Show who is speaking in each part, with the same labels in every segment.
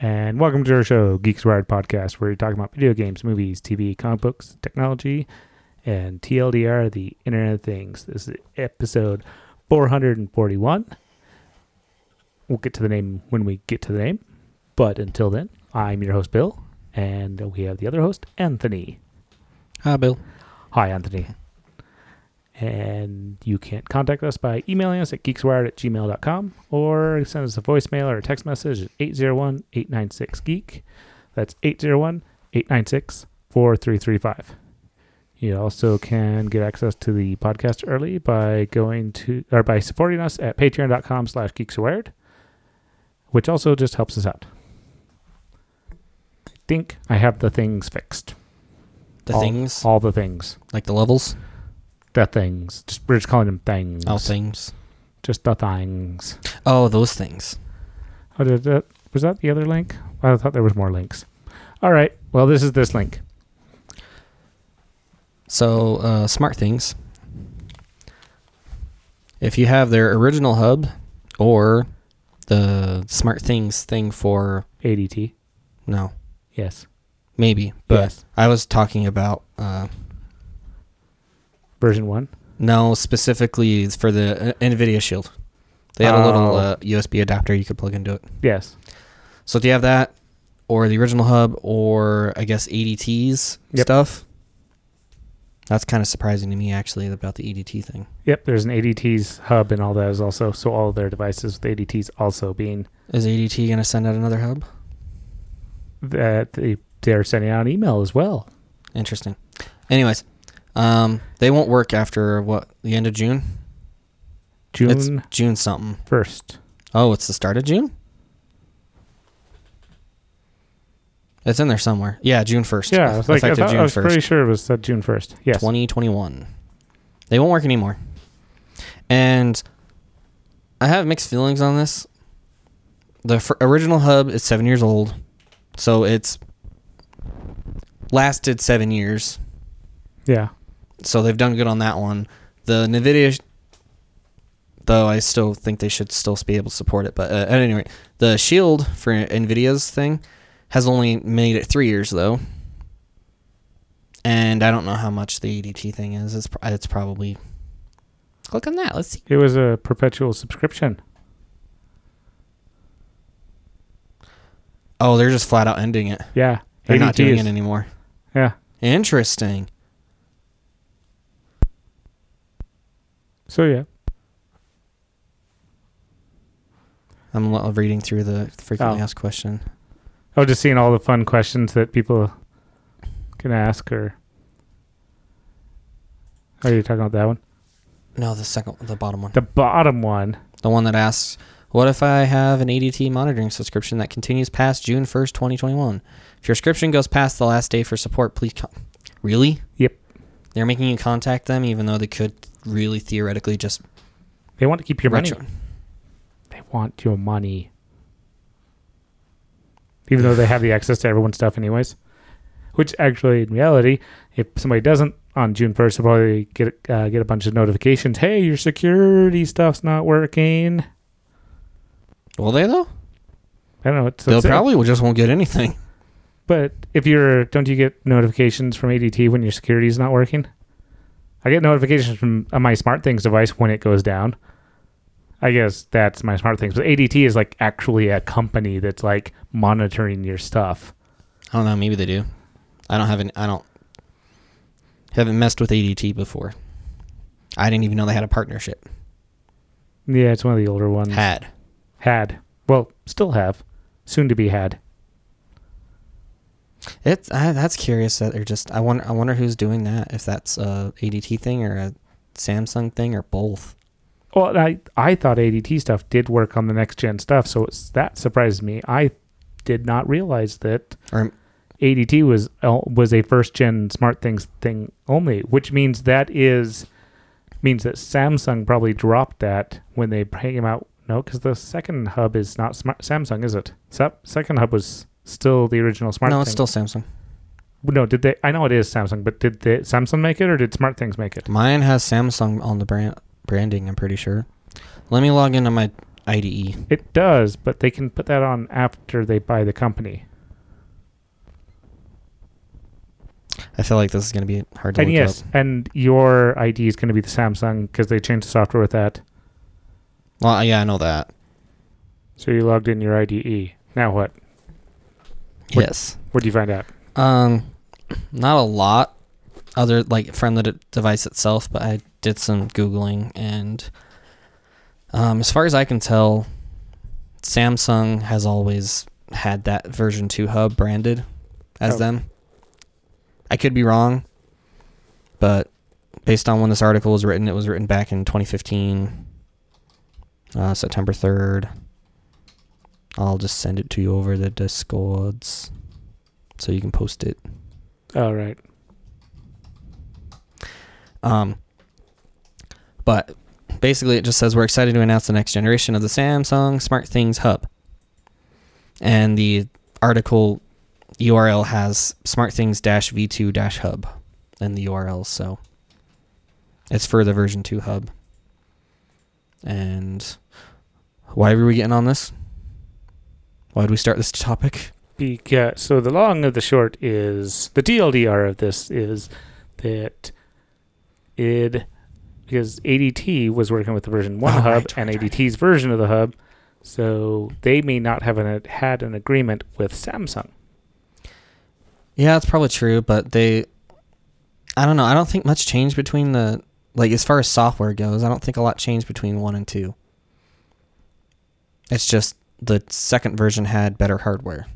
Speaker 1: And welcome to our show, Geeks Wired Podcast, where we talk about video games, movies, TV, comic books, technology, and TLDR, the Internet of Things. This is episode 441. We'll get to the name when we get to the name. But until then, I'm your host, Bill, and we have the other host, Anthony.
Speaker 2: Hi, Bill.
Speaker 1: Hi, Anthony. And you can contact us by emailing us at geekswired at gmail.com or send us a voicemail or a text message at 801 896 Geek. That's 801 896 4335. You also can get access to the podcast early by going to or by supporting us at patreon.com slash geekswired, which also just helps us out. I think I have the things fixed.
Speaker 2: The
Speaker 1: All-
Speaker 2: things,
Speaker 1: All the things.
Speaker 2: like the levels,
Speaker 1: The things. Just we're just calling them things.
Speaker 2: all things.
Speaker 1: Just the things.
Speaker 2: Oh, those things.
Speaker 1: Oh, did that, was that the other link? I thought there was more links. All right. Well, this is this link.
Speaker 2: So, uh, smart things. If you have their original hub or the smart things thing for
Speaker 1: ADT.
Speaker 2: no,
Speaker 1: Yes.
Speaker 2: maybe, but
Speaker 1: yes.
Speaker 2: I was talking about uh,
Speaker 1: Version one.
Speaker 2: no specifically for the uh, Nvidia Shield. They had a
Speaker 1: Oh.
Speaker 2: little uh, USB adapter you could plug into it.
Speaker 1: Yes.
Speaker 2: So do you have that, or the original hub, or I guess ADT's
Speaker 1: Yep.
Speaker 2: stuff? That's kind of surprising to me, actually, about the EDT thing.
Speaker 1: Yep. There's an ADT's hub and all that is also so all their devices with ADT's also being
Speaker 2: Is E ADT going to send out another hub?
Speaker 1: that they, they're sending out an email as well.
Speaker 2: Interesting. Anyways, um, they won't work after what the end of June. It's
Speaker 1: June
Speaker 2: June something.
Speaker 1: first.
Speaker 2: Oh, it's the start of June. It's in there somewhere. Yeah, June first.
Speaker 1: Yeah. I was, like, I,
Speaker 2: effective
Speaker 1: thought, I
Speaker 2: June
Speaker 1: was
Speaker 2: first.
Speaker 1: pretty sure it was said June first. Yes.
Speaker 2: 2021. They won't work anymore. And I have mixed feelings on this. The fir- original hub is seven years old, so it's lasted seven years.
Speaker 1: Yeah.
Speaker 2: So they've done good on that one. The NVIDIA, sh- though, I still think they should still be able to support it. But uh, at any rate, the Shield for NVIDIA's thing has only made it three years, though. And I don't know how much the ADT thing is. It's, pr- it's probably. Click on that. Let's see.
Speaker 1: It was a perpetual subscription.
Speaker 2: Oh, they're just flat out ending it.
Speaker 1: Yeah.
Speaker 2: They're not doing
Speaker 1: E is-
Speaker 2: it anymore.
Speaker 1: Yeah.
Speaker 2: Interesting.
Speaker 1: So yeah.
Speaker 2: I'm lo- reading through the frequently
Speaker 1: Oh.
Speaker 2: asked question.
Speaker 1: Oh, just seeing all the fun questions that people can ask, or are you talking about that one?
Speaker 2: No, the second, the bottom one.
Speaker 1: The bottom one.
Speaker 2: The one that asks, What if I have an ADT monitoring subscription that continues past June 1st, 2021? If your subscription goes past the last day for support, please con Really?
Speaker 1: Yep.
Speaker 2: They're making you contact them, even though they could really theoretically just.
Speaker 1: They want to keep your
Speaker 2: retro-
Speaker 1: money. They want your money, even though they have the access to everyone's stuff, anyways. Which actually, in reality, if somebody doesn't on June first, they'll probably get uh, get a bunch of notifications. Hey, your security stuff's not working.
Speaker 2: Will they, though?
Speaker 1: I don't know. It's,
Speaker 2: They'll
Speaker 1: it's-
Speaker 2: probably will- just won't get anything.
Speaker 1: But if you're, don't you get notifications from ADT when your security is not working? I get notifications from on my smart things device when it goes down. I guess that's my smart things. But ADT is like actually a company that's like monitoring your stuff.
Speaker 2: I don't know. Maybe they do. I don't have an. I don't. Haven't messed with ADT before. I didn't even know they had a partnership.
Speaker 1: Yeah, it's one of the older ones.
Speaker 2: Had.
Speaker 1: Had. Well, still have. Soon to be had.
Speaker 2: It's I, that's curious that they're just. I wonder. I wonder who's doing that. If that's a ADT thing or a Samsung thing or both.
Speaker 1: Well, and I I thought ADT stuff did work on the next gen stuff, so it's, that surprised me. I did not realize that
Speaker 2: Or
Speaker 1: ADT was el- was a first gen smart things thing only, which means that is means that Samsung probably dropped that when they came out. No, because the second hub is not smart Samsung, is it? Sa- second hub was still the original smart.
Speaker 2: no, it's
Speaker 1: Thing.
Speaker 2: still Samsung.
Speaker 1: no. Did they? I know it is Samsung, but did the Samsung make it or did Smart Things make it?
Speaker 2: Mine has Samsung on the brand branding. I'm pretty sure. Let me log into my E. IDE.
Speaker 1: It does, but they can put that on after they buy the company.
Speaker 2: I feel like this is going to be hard to
Speaker 1: And
Speaker 2: look
Speaker 1: yes,
Speaker 2: up.
Speaker 1: and your ID is going to be the Samsung because they changed the software with that.
Speaker 2: Well, yeah, I know that.
Speaker 1: So you logged in your IDE. Now what? What-
Speaker 2: Yes.
Speaker 1: What do you find out?
Speaker 2: Um, not a lot other like from the d- device itself, but I did some googling, and um, as far as I can tell, Samsung has always had that version two hub branded as
Speaker 1: Oh.
Speaker 2: them. I could be wrong, but based on when this article was written, it was written back in 2015, uh, September 3rd. I'll just send it to you over the Discords so you can post it.
Speaker 1: All right.
Speaker 2: Um, but basically, it just says we're excited to announce the next generation of the Samsung Smart Things Hub. And the article URL has smartthings-v2-hub in the URL, so it's for the version 2 hub. And why were we getting on this? Why did we start this topic?
Speaker 1: Because so the long of the short is the TLDR of this is that it because ADT was working with the version one
Speaker 2: Oh,
Speaker 1: hub
Speaker 2: right,
Speaker 1: and
Speaker 2: right, right.
Speaker 1: ADT's version of the hub, so they may not have an, had an agreement with Samsung.
Speaker 2: Yeah, it's probably true, but they I don't know, I don't think much changed between the like as far as software goes, I don't think a lot changed between 1 and 2. It's just the second version had better hardware,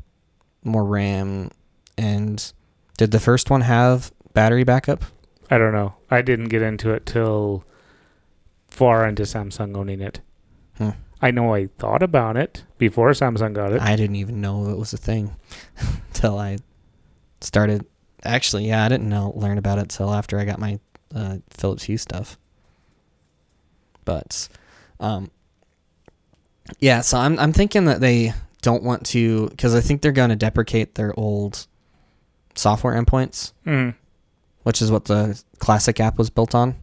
Speaker 2: more RAM, and did the first one have battery backup?
Speaker 1: I don't know. I didn't get into it till far into Samsung owning it.
Speaker 2: Hmm.
Speaker 1: I know I thought about it before Samsung got it.
Speaker 2: I didn't even know it was a thing till I started actually, yeah, I didn't know learn about it till after I got my uh, Philips Hue stuff. But um yeah, so I'm I'm thinking that they don't want to cuz I think they're going to deprecate their old software endpoints,
Speaker 1: Mm.
Speaker 2: which is what the classic app was built on.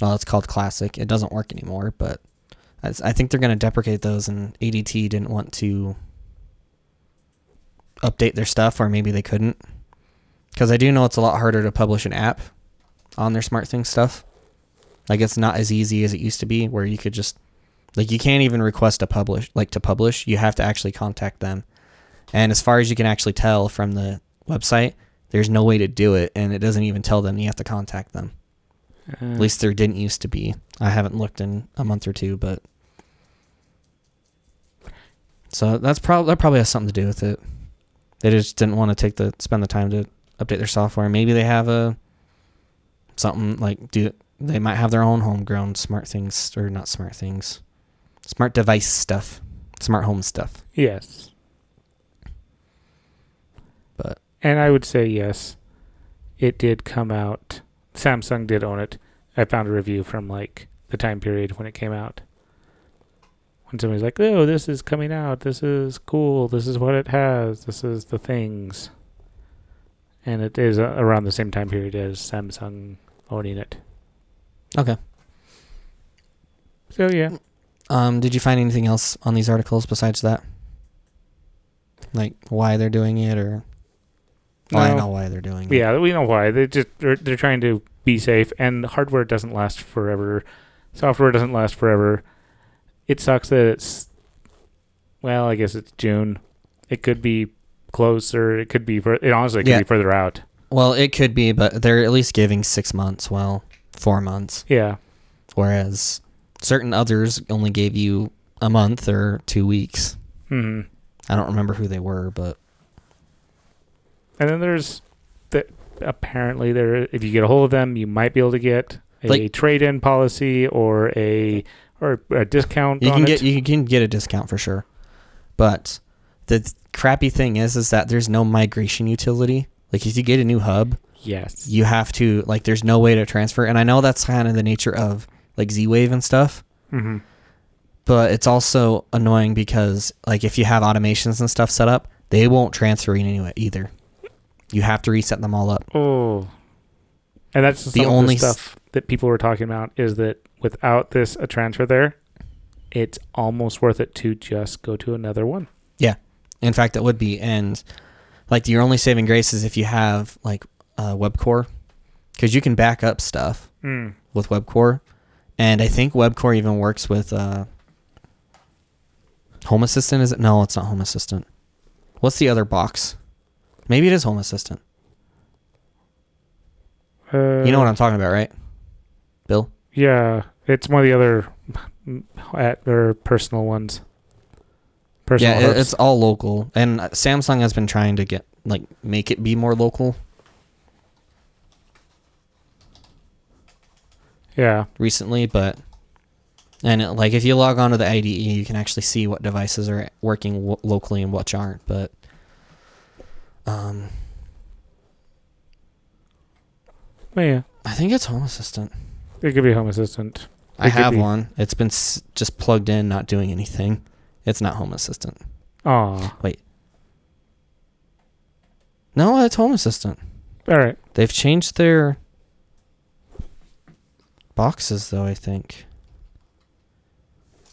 Speaker 2: Well, it's called classic. It doesn't work anymore, but I, I think they're going to deprecate those and ADT didn't want to update their stuff or maybe they couldn't. Cuz I do know it's a lot harder to publish an app on their smart thing stuff. Like it's not as easy as it used to be where you could just like you can't even request to publish like to publish. You have to actually contact them. And as far as you can actually tell from the website, there's no way to do it and it doesn't even tell them you have to contact them.
Speaker 1: Uh,
Speaker 2: At least there didn't used to be. I haven't looked in a month or two, but so that's probably that probably has something to do with it. They just didn't want to take the spend the time to update their software. Maybe they have a something like do they might have their own homegrown smart things or not smart things, smart device stuff, smart home stuff.
Speaker 1: yes.
Speaker 2: But-
Speaker 1: and I would say yes. It did come out. Samsung did own it. I found a review from like the time period when it came out. When somebody's like, "Oh, this is coming out. This is cool. This is what it has. This is the things." And it is uh, around the same time period as Samsung owning it.
Speaker 2: Okay.
Speaker 1: So yeah,
Speaker 2: Um, did you find anything else on these articles besides that? Like why they're doing it or well, I
Speaker 1: No.
Speaker 2: know why they're doing it.
Speaker 1: yeah, we know why. They just they're, they're trying to be safe, and hardware doesn't last forever. Software doesn't last forever. It sucks that it's well, I guess it's June. It could be closer. It could be. fur- It honestly could
Speaker 2: Yeah.
Speaker 1: be further out.
Speaker 2: Well, it could be, but they're at least giving six months. Well, four months,
Speaker 1: Yeah,
Speaker 2: whereas certain others only gave you a month or two weeks.
Speaker 1: hmm
Speaker 2: I don't remember who they were, but
Speaker 1: and then there's the apparently there. If you get a hold of them, you might be able to get a
Speaker 2: Like-
Speaker 1: trade-in policy or a or a discount.
Speaker 2: you
Speaker 1: on
Speaker 2: can
Speaker 1: it.
Speaker 2: get you can get a discount for sure. But the th- crappy thing is, is that there's no migration utility. Like if you get a new hub,
Speaker 1: yes.
Speaker 2: you have to like there's no way to transfer. And I know that's kind of the nature of like Z Wave and stuff.
Speaker 1: hmm
Speaker 2: but it's also annoying because like if you have automations and stuff set up, they won't transfer in anyway either. You have to reset them all up.
Speaker 1: Oh. And that's
Speaker 2: The
Speaker 1: the
Speaker 2: only
Speaker 1: only
Speaker 2: s-
Speaker 1: stuff that people were talking about is that without this a transfer there, it's almost worth it to just go to another one.
Speaker 2: In fact, it would be. And like your only saving grace is if you have like uh, WebCore, because you can back up stuff
Speaker 1: Mm.
Speaker 2: with WebCore, and I think WebCore even works with uh, Home Assistant. Is it? No, it's not Home Assistant. What's the other box? Maybe it is Home Assistant.
Speaker 1: Uh,
Speaker 2: You know what I'm talking about, right? Bill.
Speaker 1: Yeah, it's one of the other at their personal ones. Personal
Speaker 2: yeah, it-
Speaker 1: hubs.
Speaker 2: it's all local, and uh, Samsung has been trying to get like make it be more local
Speaker 1: yeah.
Speaker 2: recently, but and it, like if you log on to the IDE, you can actually see what devices are working w- locally and which aren't. But um,
Speaker 1: But yeah,
Speaker 2: I think it's Home Assistant.
Speaker 1: it could be Home Assistant.
Speaker 2: I
Speaker 1: It could
Speaker 2: have
Speaker 1: be.
Speaker 2: one. It's been s- just plugged in, not doing anything. It's not Home Assistant.
Speaker 1: Aw.
Speaker 2: No, it's Home Assistant.
Speaker 1: All right.
Speaker 2: They've changed their boxes, though, I think.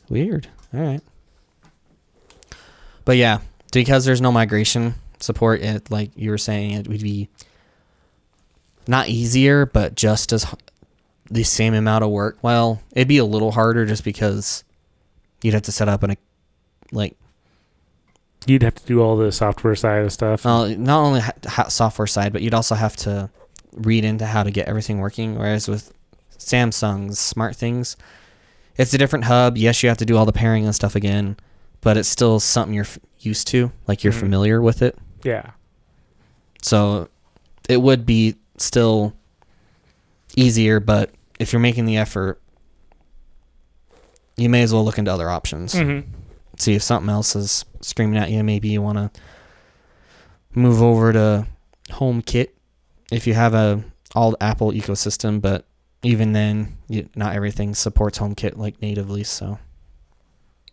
Speaker 2: Weird. All right. But yeah, because there's no migration support, it, like you were saying, it would be not easier, but just as h- the same amount of work. Well, it'd be a little harder just because you'd have to set up an, ac- like,
Speaker 1: You'd have to do all the software side of stuff.
Speaker 2: Well, not only ha- ha- software side, but you'd also have to read into how to get everything working. Whereas with Samsung's smart things, it's a different hub. Yes, you have to do all the pairing and stuff again, but it's still something you're f- used to, like you're
Speaker 1: Mhm.
Speaker 2: familiar with it.
Speaker 1: Yeah.
Speaker 2: So it would be still easier, but if you're making the effort, you may as well look into other options
Speaker 1: Mm-hmm.
Speaker 2: see if something else is screaming at you. Maybe you want to move over to HomeKit if you have a all Apple ecosystem, but even then, you, not everything supports HomeKit like natively. So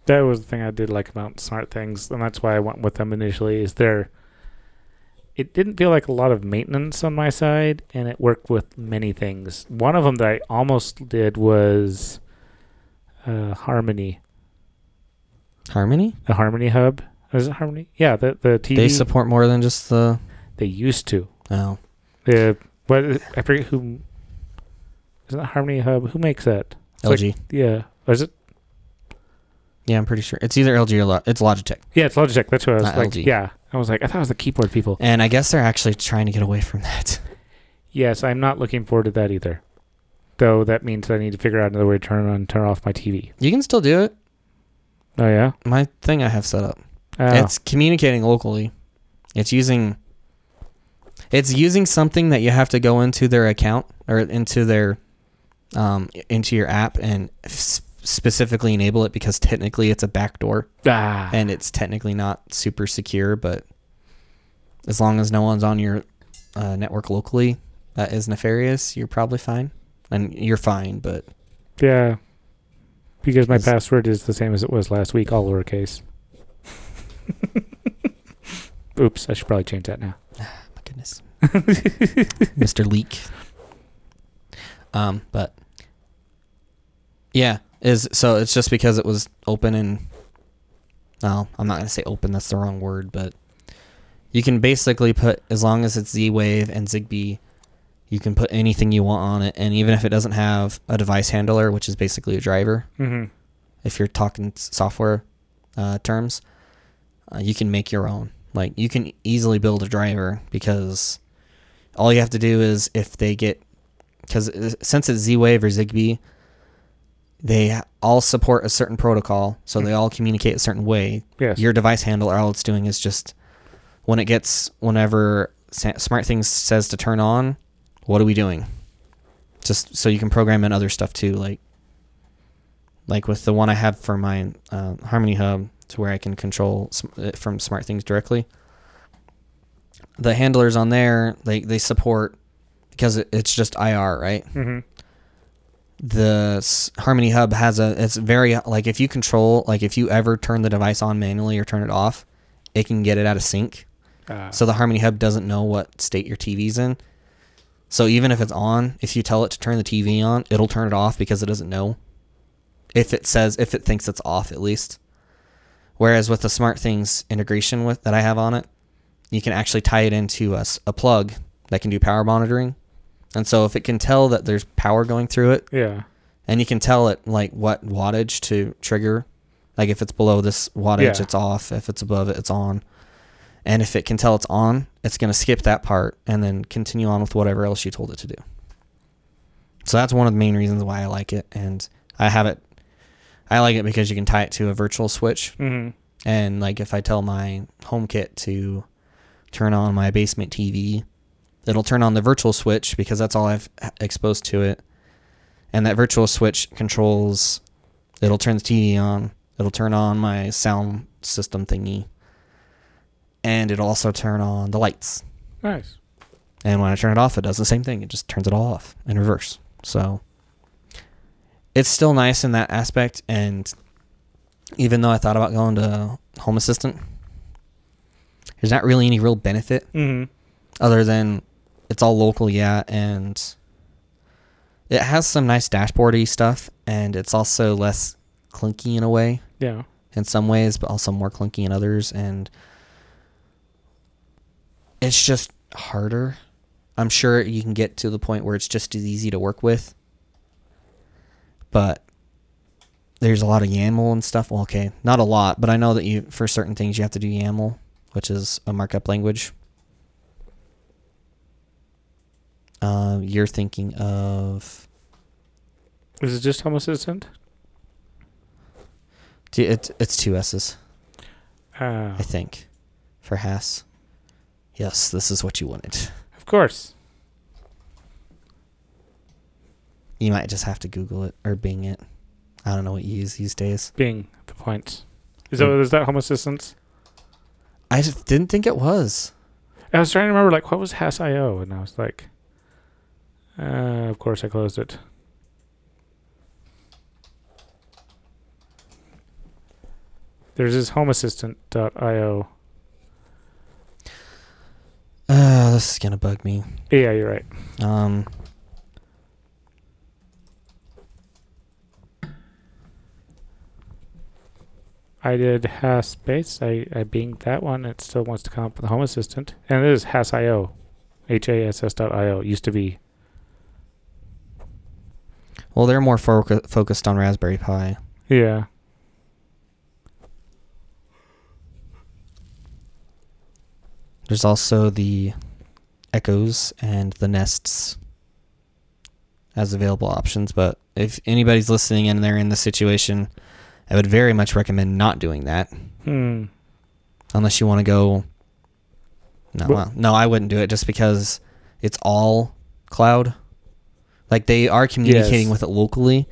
Speaker 1: That was the thing I did like about Smart Things, and that's why I went with them initially. Is there? It didn't feel like a lot of maintenance on my side, and it worked with many things. One of them that I almost did was uh, Harmony,
Speaker 2: Harmony,
Speaker 1: the Harmony Hub. Is it Harmony? Yeah, the the TV.
Speaker 2: they support more than just the
Speaker 1: They used to.
Speaker 2: oh
Speaker 1: The what I forget who. Isn't that Harmony Hub? Who makes that? like-
Speaker 2: LG.
Speaker 1: Yeah, or is it?
Speaker 2: yeah, I'm pretty sure it's either LG or Lo- it's Logitech.
Speaker 1: Yeah, it's Logitech. That's what I was
Speaker 2: Not
Speaker 1: like.
Speaker 2: LG.
Speaker 1: Yeah, I was like, I thought it was the keyboard people.
Speaker 2: And I guess they're actually trying to get away from that.
Speaker 1: Yes, I'm not looking forward to that either. Though that means I need to figure out another way to turn on and turn off my TV.
Speaker 2: You can still do it.
Speaker 1: Oh yeah,
Speaker 2: My thing I have set up.
Speaker 1: oh,
Speaker 2: It's communicating locally. It's using it's using something that you have to go into their account or into their um, into your app and s- specifically enable it because technically it's a backdoor
Speaker 1: ah,
Speaker 2: and it's technically not super secure, but as long as no one's on your uh, network locally that is nefarious, you're probably fine. And you're fine, but
Speaker 1: yeah, because my
Speaker 2: It's-
Speaker 1: password is the same as it was last week, all lowercase. Oops, I should probably change that now.
Speaker 2: my goodness, Mr. Leak. Um, but yeah, is so it's just because it was open and no, I'm not gonna say open. That's the wrong word, but you can basically put as long as it's Z-Wave and Zigbee, you can put anything you want on it, and even if it doesn't have a device handler, which is basically a driver,
Speaker 1: hmm
Speaker 2: if you're talking s- software uh, terms, uh, you can make your own. Like you can easily build a driver because all you have to do is if they get because since it's Z-Wave or Zigbee, they all support a certain protocol, so they all communicate a certain way.
Speaker 1: Yes.
Speaker 2: Your device handler, all it's doing is just when it gets whenever Sa- SmartThings says to turn on, what are we doing? Just so you can program in other stuff too, like like with the one I have for my uh, Harmony Hub, to where I can control sm- it from smart things directly. The handlers on there, they they support because it, it's just IR, right?
Speaker 1: hmm
Speaker 2: The s- Harmony Hub has a it's very like if you control like if you ever turn the device on manually or turn it off, it can get it out of sync.
Speaker 1: Uh,
Speaker 2: So the Harmony Hub doesn't know what state your TV's in. So even if it's on, if you tell it to turn the TV on, it'll turn it off because it doesn't know. if it says if it thinks it's off at least. Whereas with the smart things integration with that I have on it, you can actually tie it into a, s- a plug that can do power monitoring. And so if it can tell that there's power going through it,
Speaker 1: Yeah.
Speaker 2: and you can tell it like what wattage to trigger. Like if it's below this wattage,
Speaker 1: Yeah.
Speaker 2: it's off. If it's above it, it's on. And if it can tell it's on, it's going to skip that part and then continue on with whatever else you told it to do. So that's one of the main reasons why I like it. And I have it, I like it because you can tie it to a virtual switch.
Speaker 1: Mm-hmm.
Speaker 2: And like if I tell my HomeKit to turn on my basement TV, it'll turn on the virtual switch because that's all I've h- exposed to it. And that virtual switch controls it'll turn the TV on, it'll turn on my sound system thingy. And it'll also turn on the lights.
Speaker 1: Nice.
Speaker 2: And when I turn it off, it does the same thing. It just turns it all off in reverse. So it's still nice in that aspect. And even though I thought about going to Home Assistant, there's not really any real benefit
Speaker 1: Mm-hmm.
Speaker 2: other than it's all local, yeah. And it has some nice dashboardy stuff. And it's also less clunky in a way
Speaker 1: Yeah.
Speaker 2: in some ways, but also more clunky in others. And it's just harder. I'm sure you can get to the point where it's just as easy to work with. But there's a lot of YAML and stuff. Well, okay, not a lot, but I know that you for certain things you have to do YAML, which is a markup language. Uh, you're thinking of
Speaker 1: Is it just Home Assistant?
Speaker 2: do- it, it's two S's.
Speaker 1: Uh,
Speaker 2: I think, for Haas. Yes, this is what you wanted.
Speaker 1: of course.
Speaker 2: You might just have to Google it or Bing it. I don't know what you use these days.
Speaker 1: Being the point. Is that, is that Home Assistant?
Speaker 2: I just didn't think it was.
Speaker 1: I was trying to remember, like, what was Hass.io? And I was like, uh, of course I closed it. There's this homeassistant.io.
Speaker 2: Uh, this is gonna bug me.
Speaker 1: Yeah, you're right.
Speaker 2: Um.
Speaker 1: I did Hass Base. I, I binged that one. It still wants to come up with a Home Assistant. And it is Hass.io. H-A-S-S dot I-O. Used to be.
Speaker 2: Well, they're more foc focused on Raspberry Pi.
Speaker 1: Yeah.
Speaker 2: There's also the Echoes and the Nests as available options. But if anybody's listening and they're in this situation, I would very much recommend not doing that.
Speaker 1: Hmm.
Speaker 2: unless you want to go. No,
Speaker 1: But-
Speaker 2: well, no, I wouldn't do it just because it's all cloud. Like they are communicating
Speaker 1: Yes.
Speaker 2: with it locally,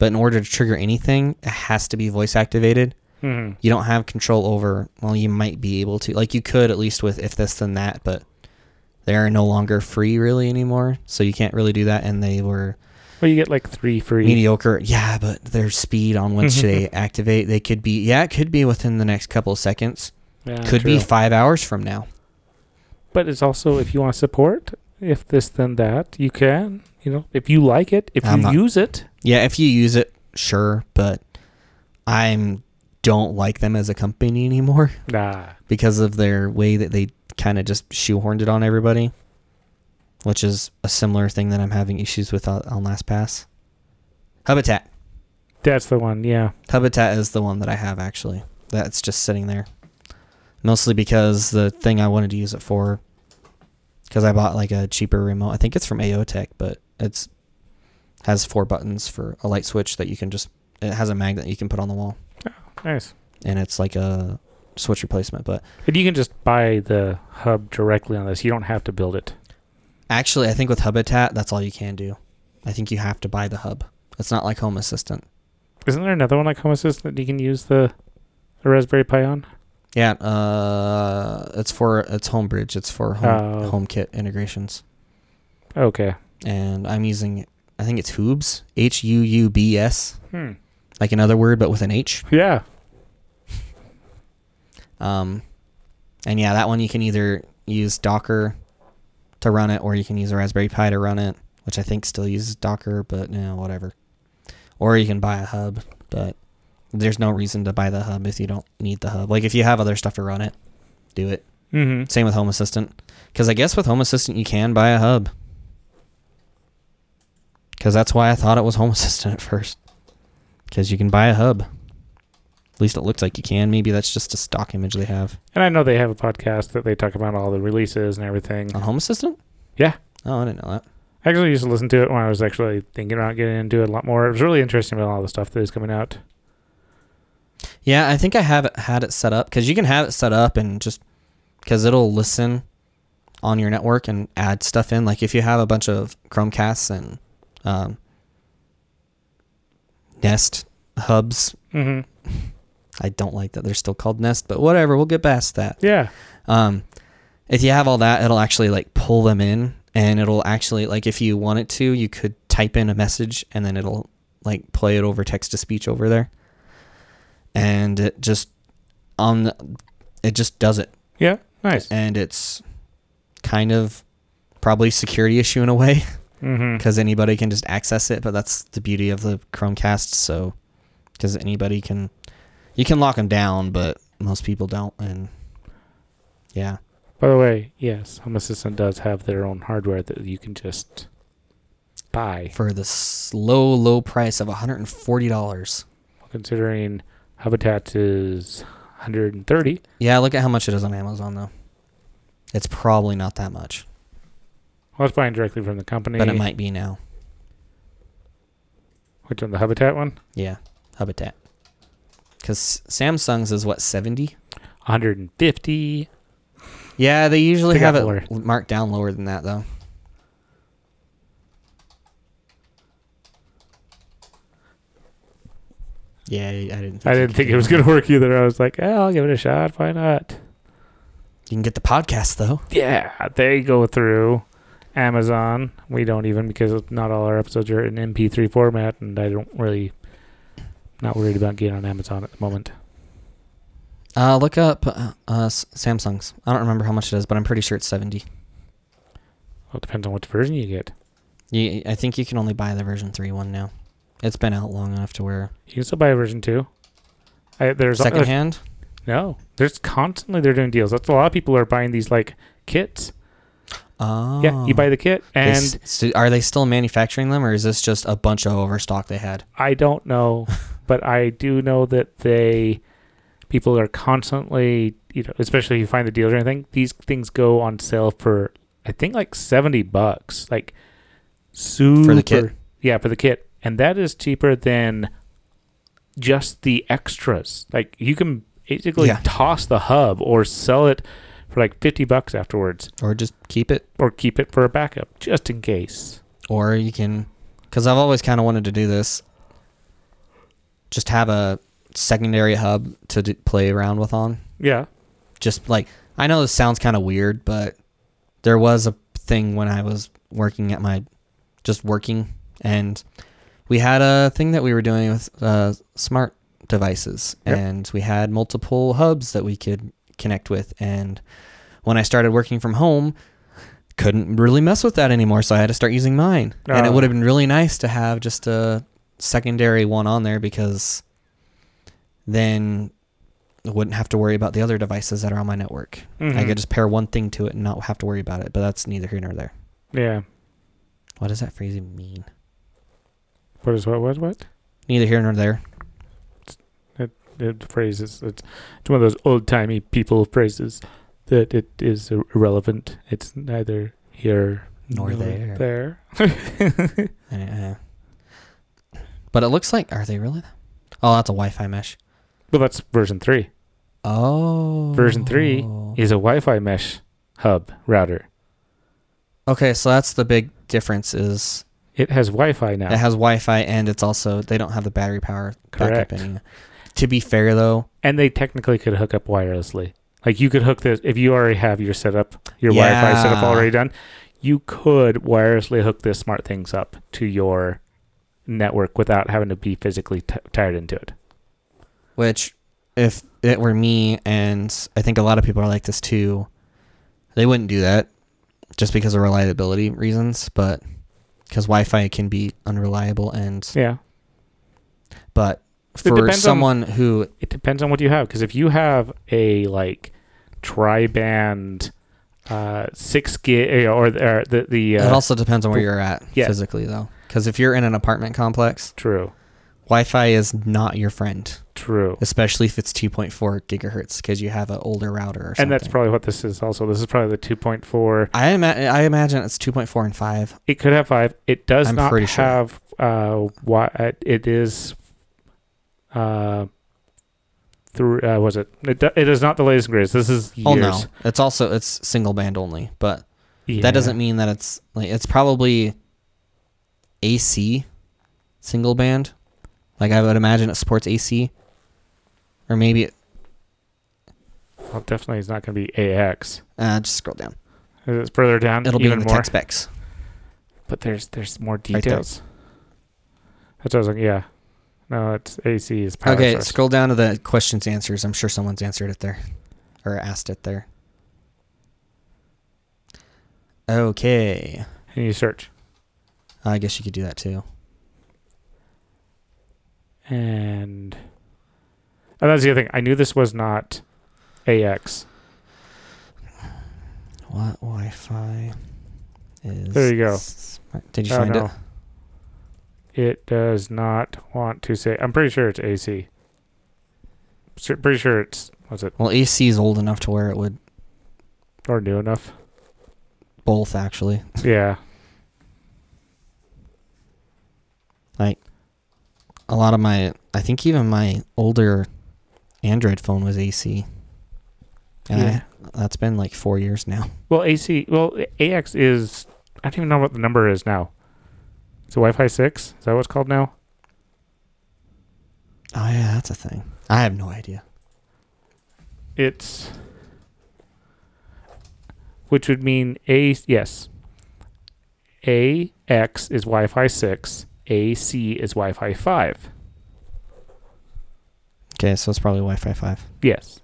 Speaker 2: but in order to trigger anything, it has to be voice activated.
Speaker 1: Hmm.
Speaker 2: You don't have control over. Well, you might be able to. Like you could at least with if this then that, but they are no longer free really anymore. So you can't really do that. And they were
Speaker 1: Well, you get like three free.
Speaker 2: mediocre. Yeah, but their speed on which they activate, they could be. Yeah, it could be within the next couple of seconds.
Speaker 1: Yeah,
Speaker 2: could be
Speaker 1: true.
Speaker 2: five hours from now.
Speaker 1: But it's also if you want support, if this then that, you can. You know, if you like it, if
Speaker 2: I'm
Speaker 1: you
Speaker 2: not-
Speaker 1: use it,
Speaker 2: Yeah, if you use it, sure, but I'm don't like them as a company anymore
Speaker 1: nah.
Speaker 2: because of their way that they kind of just shoehorned it on everybody, which is a similar thing that I'm having issues with on, on LastPass. Habitat.
Speaker 1: That's the one. Yeah.
Speaker 2: Habitat is the one that I have actually. That's just sitting there. Mostly because the thing I wanted to use it for, because I bought like a cheaper remote. I think it's from AOTech, but it's has four buttons for a light switch that you can just. It has a magnet you can put on the wall,
Speaker 1: Nice.
Speaker 2: and it's like a switch replacement. But
Speaker 1: And you can just buy the hub directly on this. You don't have to build it.
Speaker 2: actually, I think with Habitat, that's all you can do. I think you have to buy the hub. It's not like Home Assistant.
Speaker 1: Isn't there another one like Home Assistant that you can use the, the Raspberry Pi on?
Speaker 2: Yeah, uh, it's for it's Homebridge. It's for home,
Speaker 1: Oh.
Speaker 2: HomeKit integrations.
Speaker 1: Okay.
Speaker 2: and I'm using I think it's Hoobs, H U U B S,
Speaker 1: Hmm.
Speaker 2: like another word but with an H.
Speaker 1: Yeah.
Speaker 2: Um, and yeah, that one you can either use Docker to run it, or you can use a Raspberry Pi to run it, which I think still uses Docker, but you know, whatever. Or you can buy a hub. But there's no reason to buy the hub if you don't need the hub. Like if you have other stuff to run it, do it.
Speaker 1: Mm-hmm.
Speaker 2: Same with Home Assistant, because I guess with Home Assistant you can buy a hub. Because that's why I thought it was Home Assistant at first, because you can buy a hub. At least it looks like you can. Maybe that's just a stock image they have
Speaker 1: And I know they have a podcast that they talk about all the releases and everything.
Speaker 2: on Home Assistant.
Speaker 1: Yeah.
Speaker 2: Oh, I didn't know that.
Speaker 1: I actually used to listen to it when I was actually thinking about getting into it a lot more. It was really interesting about all the stuff that is coming out.
Speaker 2: Yeah, I think I have it, had it set up because you can have it set up and just because it'll listen on your network and add stuff in. Like if you have a bunch of Chromecasts and um, Nest hubs,
Speaker 1: Mm-hmm.
Speaker 2: I don't like that they're still called Nest, but whatever, we'll get past that.
Speaker 1: Yeah.
Speaker 2: Um, if you have all that, it'll actually like pull them in and it'll actually like if you want it to, you could type in a message and then it'll like play it over text to speech over there. And it just on the, it just does it.
Speaker 1: Yeah. Nice.
Speaker 2: And it's kind of probably a security issue in a way
Speaker 1: Mm-hmm.
Speaker 2: because anybody can just access it, but that's the beauty of the Chromecast, so cuz anybody can you can lock them down, but most people don't and yeah.
Speaker 1: By the way, yes, Home Assistant does have their own hardware that you can just buy.
Speaker 2: for the s- low, low price of $140.
Speaker 1: Considering Habitat is 130.
Speaker 2: Yeah, look at how much it is on Amazon, though. It's probably not that much,
Speaker 1: I was buying directly from the company.
Speaker 2: but it might be now.
Speaker 1: Which one? The Habitat one?
Speaker 2: Yeah, Habitat. Because Samsung's is what, 70?
Speaker 1: 150.
Speaker 2: Yeah, they usually
Speaker 1: They got
Speaker 2: have it
Speaker 1: lower.
Speaker 2: l- marked down lower than that, though. Yeah, I I didn't.
Speaker 1: I didn't think it was going to work either. I was like, eh, I'll give it a shot. Why not?
Speaker 2: You can get the podcast though.
Speaker 1: Yeah, they go through Amazon. We don't even because not all our episodes are in MP3 format, and I don't really not worried about getting on Amazon at the moment.
Speaker 2: Uh, look up uh, uh, S- Samsung's. I don't remember how much it is, but I'm pretty sure it's seventy.
Speaker 1: Well, it depends on which version you get.
Speaker 2: You, I think you can only buy the version three one now. It's been out long enough to where
Speaker 1: You can still buy a version two. I, there's there's-
Speaker 2: secondhand.
Speaker 1: no. There's constantly they're doing deals. That's a lot of people are buying these like kits.
Speaker 2: Oh,
Speaker 1: Yeah, you buy the kit,
Speaker 2: They
Speaker 1: and
Speaker 2: s- so are they still manufacturing them, or is this just a bunch of overstock they had?
Speaker 1: I don't know, but I do know that they people are constantly, you know, especially if you find the deals or anything. These things go on sale for I think like seventy bucks, like super.
Speaker 2: the kit?
Speaker 1: Yeah, for the kit, and that is cheaper than just the extras. Like you can basically
Speaker 2: Yeah.
Speaker 1: toss the hub or sell it for like fifty bucks afterwards,
Speaker 2: Or just keep it,
Speaker 1: or keep it for a backup just in case.
Speaker 2: or you can, because I've always kind of wanted to do this. Just have a secondary hub to d- play around with on.
Speaker 1: Yeah.
Speaker 2: just like I know this sounds kind of weird, but there was a thing when I was working at my just working, and we had a thing that we were doing with uh, smart devices,
Speaker 1: Yep.
Speaker 2: and we had multiple hubs that we could connect with. And when I started working from home, couldn't really mess with that anymore, so I had to start using mine. And it
Speaker 1: Ah.
Speaker 2: would have been really nice to have just a secondary one on there because then I wouldn't have to worry about the other devices that are on my network. I
Speaker 1: Mhm.
Speaker 2: could just pair one thing to it and not have to worry about it, but that's neither here nor there.
Speaker 1: Yeah.
Speaker 2: What does that phrase even mean?
Speaker 1: What is what? What? What?
Speaker 2: Neither here nor there.
Speaker 1: the phrase is uh, it's it's one of those old timey people phrases that it is ir- irrelevant. It's neither here
Speaker 2: Nor there.
Speaker 1: There.
Speaker 2: Uh, eh. but it looks like are they really? Oh, that's a Wi-Fi mesh.
Speaker 1: Well, that's version three.
Speaker 2: Oh,
Speaker 1: Version three Is a Wi-Fi mesh hub router.
Speaker 2: Okay, so that's the big difference is
Speaker 1: It has Wi-Fi now.
Speaker 2: it has Wi-Fi and it's also they don't have the battery power
Speaker 1: Correct.
Speaker 2: backup anymore. To be fair though,
Speaker 1: and they technically could hook up wirelessly. Like you could hook this if you already have your setup, your Wi-Fi setup
Speaker 2: Yeah.
Speaker 1: already done. You could wirelessly hook this smart things up to your network without having to be physically t- tied into it.
Speaker 2: which if it were me and i think a lot of people are like this too they wouldn't do that just because of reliability reasons but because wi-fi can be unreliable and
Speaker 1: Yeah.
Speaker 2: but for
Speaker 1: depends on-
Speaker 2: someone who
Speaker 1: It depends on what you have. Because if you have a like tri band uh, six gig or, or the the
Speaker 2: it
Speaker 1: uh,
Speaker 2: also depends on where you're at
Speaker 1: Yeah.
Speaker 2: physically though. Because if you're in an apartment complex,
Speaker 1: true
Speaker 2: Wi-Fi is not your friend,
Speaker 1: true,
Speaker 2: especially if it's 2.4 gigahertz because you have an older router. Or something.
Speaker 1: and that's probably what this is. Also, this is probably the two point four.
Speaker 2: I, ima- I imagine it's 2.4 and 5.
Speaker 1: It could have five. It does
Speaker 2: I'm
Speaker 1: not
Speaker 2: pretty sure.
Speaker 1: have uh why it is uh through uh was it it, do, it is not the latest and greatest. This is years.
Speaker 2: Oh no, it's also it's single band only, but
Speaker 1: Yeah.
Speaker 2: that doesn't mean that it's like it's probably AC single band. Like I would imagine it supports AC, or maybe
Speaker 1: well, definitely it's not going to be AX.
Speaker 2: uh, just scroll down.
Speaker 1: It's further down
Speaker 2: It'll be in
Speaker 1: Mm, even
Speaker 2: the
Speaker 1: more.
Speaker 2: tech specs.
Speaker 1: But there's there's more
Speaker 2: there.
Speaker 1: details. That doesn't yeah. No, it's AC is power
Speaker 2: Okay,
Speaker 1: source.
Speaker 2: scroll down to the questions answers. I'm sure someone's answered it there, or asked it there. Okay,
Speaker 1: and you search.
Speaker 2: I guess you could do that too.
Speaker 1: And and that's the other thing. I knew this was not AX.
Speaker 2: What Wi-Fi is?
Speaker 1: There you go.
Speaker 2: smart- Did you
Speaker 1: Oh,
Speaker 2: find
Speaker 1: no.
Speaker 2: it?
Speaker 1: It does not want to say. I'm pretty sure it's AC. Sur- Pretty sure it's was it
Speaker 2: Well, AC is old enough to where it would
Speaker 1: or new enough?
Speaker 2: both actually.
Speaker 1: Yeah,
Speaker 2: A lot of my, I think even my older Android phone was AC. And
Speaker 1: yeah.
Speaker 2: I, that's been like four years now.
Speaker 1: Well, AC. Well, AX is. I don't even know what the number is now. It's a Wi-Fi six. Is that what it's called now?
Speaker 2: Oh yeah, that's a thing. I have no idea.
Speaker 1: It's. Which would mean A. Yes. AX is Wi-Fi six. AC is Wi-Fi five.
Speaker 2: Okay, so it's probably Wi-Fi five.
Speaker 1: Yes.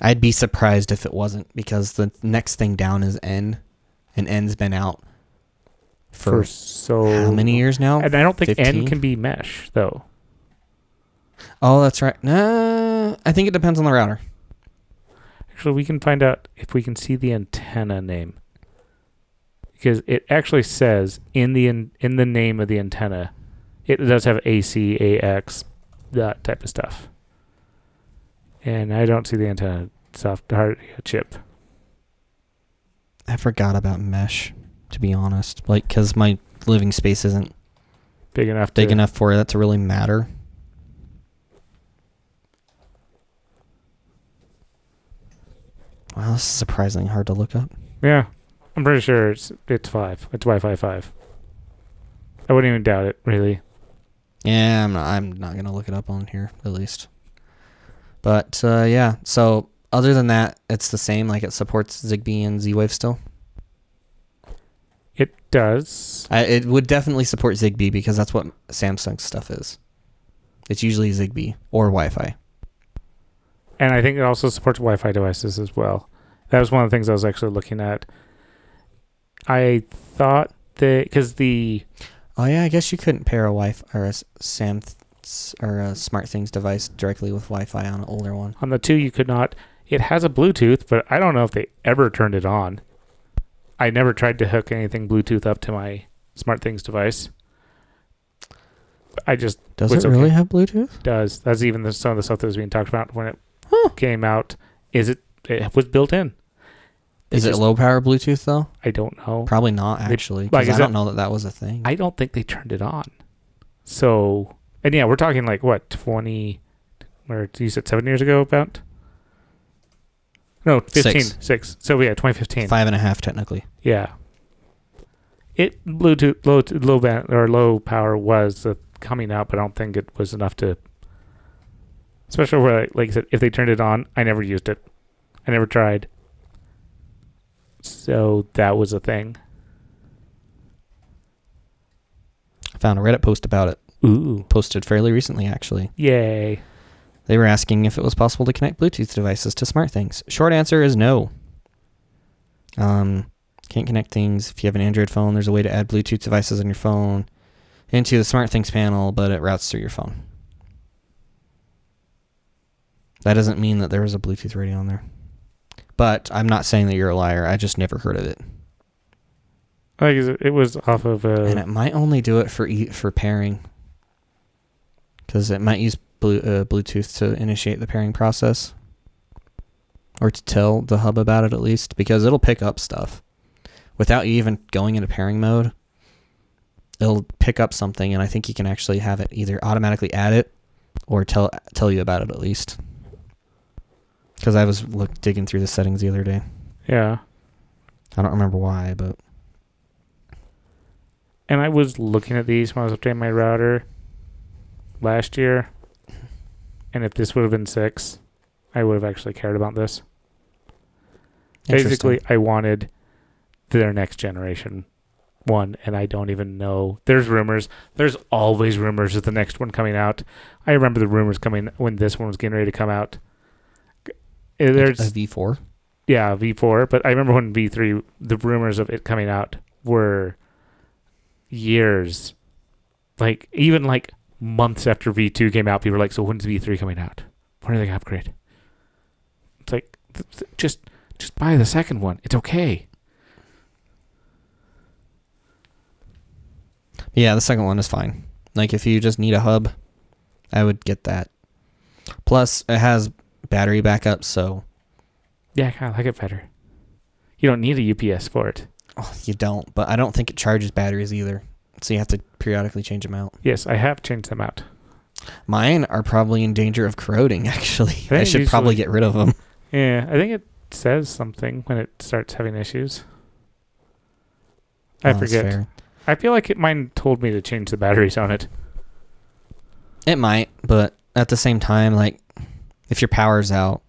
Speaker 2: I'd be surprised if it wasn't because the next thing down is N, and N's been out
Speaker 1: For,
Speaker 2: for
Speaker 1: so
Speaker 2: how many years now?
Speaker 1: And I don't think
Speaker 2: 15?
Speaker 1: N can be mesh though.
Speaker 2: Oh, that's right. No, I think it depends on the router.
Speaker 1: Actually, we can find out if we can see the antenna name because it actually says in the in, in the name of the antenna, it does have AC, AX, that type of stuff. And I don't see the antenna soft hard chip.
Speaker 2: I forgot about mesh, to be honest. Like, because my living space isn't
Speaker 1: Big enough to
Speaker 2: big enough for that to really matter. Wow, this is surprisingly hard to look up.
Speaker 1: Yeah, I'm pretty sure it's it's five. It's Wi-Fi five. I wouldn't even doubt it really.
Speaker 2: Yeah, I'm not, I'm not gonna look it up on here at least. But uh, yeah, so other than that, it's the same. Like it supports Zigbee and Z-Wave still.
Speaker 1: It does.
Speaker 2: I, it would definitely support Zigbee because that's what Samsung's stuff is. It's usually Zigbee or Wi-Fi.
Speaker 1: and I think it also supports Wi-Fi devices as well. That was one of the things I was actually looking at. I thought that because the
Speaker 2: Oh yeah, I guess you couldn't pair a Wi-Fi or a Sam or a Smart Things device directly with Wi-Fi on an older one.
Speaker 1: on the two you could not. It has a Bluetooth, but I don't know if they ever turned it on. I never tried to hook anything Bluetooth up to my SmartThings device. I just
Speaker 2: Does
Speaker 1: It's
Speaker 2: it really
Speaker 1: okay.
Speaker 2: have Bluetooth?
Speaker 1: does. That's even the, some of the stuff that was being talked about when it
Speaker 2: Huh.
Speaker 1: came out. Is it? It was built in.
Speaker 2: Is
Speaker 1: It
Speaker 2: it
Speaker 1: just-
Speaker 2: low power Bluetooth though?
Speaker 1: I don't know.
Speaker 2: Probably not
Speaker 1: They-
Speaker 2: actually.
Speaker 1: like,
Speaker 2: 'cause
Speaker 1: is
Speaker 2: I don't
Speaker 1: that-
Speaker 2: know that that was a thing.
Speaker 1: I don't think they turned it on. So, and yeah, we're talking like what twenty, or you said seven years ago about? No, fifteen,
Speaker 2: Six.
Speaker 1: six. So yeah, twenty fifteen.
Speaker 2: Five and a half technically.
Speaker 1: Yeah. It Bluetooth low low band or low power was uh, coming out, but I don't think it was enough to. Especially where, like, like I said, if they turned it on, I never used it. I never tried. So that was a thing.
Speaker 2: I found a Reddit post about it,
Speaker 1: Ooh.
Speaker 2: posted fairly recently actually.
Speaker 1: Yay.
Speaker 2: They were asking if it was possible to connect Bluetooth devices to smart things. Short answer is no. Um, can't connect things. If you have an Android phone, there's a way to add Bluetooth devices on your phone. into the SmartThings panel, but it routes through your phone. That doesn't mean that there is a Bluetooth radio on there. But I'm not saying that you're a liar. I just never heard of it.
Speaker 1: I think it's- it was off of
Speaker 2: and
Speaker 1: uh,
Speaker 2: it might only do it for e- for pairing because it might use blue, uh, bluetooth to initiate the pairing process or to tell the hub about it at least because it'll pick up stuff without you even going into pairing mode it'll pick up something and i think you can actually have it either automatically add it or tell tell you about it at least because i was look, digging through the settings the other day
Speaker 1: yeah.
Speaker 2: i don't remember why but
Speaker 1: And I was looking at these when I was updating my router last year. And if this would have been six, I would have actually cared about this.
Speaker 2: interesting.
Speaker 1: Basically, I wanted their next generation one, and I don't even know. There's rumors. There's always rumors of the next one coming out. I remember the rumors coming when this one was getting ready to come out. G- eh,
Speaker 2: Like
Speaker 1: There's
Speaker 2: a v4
Speaker 1: yeah v4 but i remember when v3 the rumors of it coming out were years like even like months after v2 came out people were like so when's v3 coming out when are they gonna upgrade it's like th- th- just just buy the second one it's okay
Speaker 2: Yeah, the second one is fine. Like if you just need a hub, I would get that. Plus, it has battery backup, so
Speaker 1: yeah i kind of like it better you don't need a ups for it
Speaker 2: oh, you don't. But I don't think it charges batteries either, so you have to periodically change them out.
Speaker 1: yes i have changed them out
Speaker 2: Mine are probably in danger of corroding. Actually, I,
Speaker 1: think
Speaker 2: should probably get rid of them.
Speaker 1: yeah i think it says something when it starts having issues
Speaker 2: Oh,
Speaker 1: i forget I feel like it mine told me to change the batteries on it.
Speaker 2: It might, but at the same time, like if your power's out,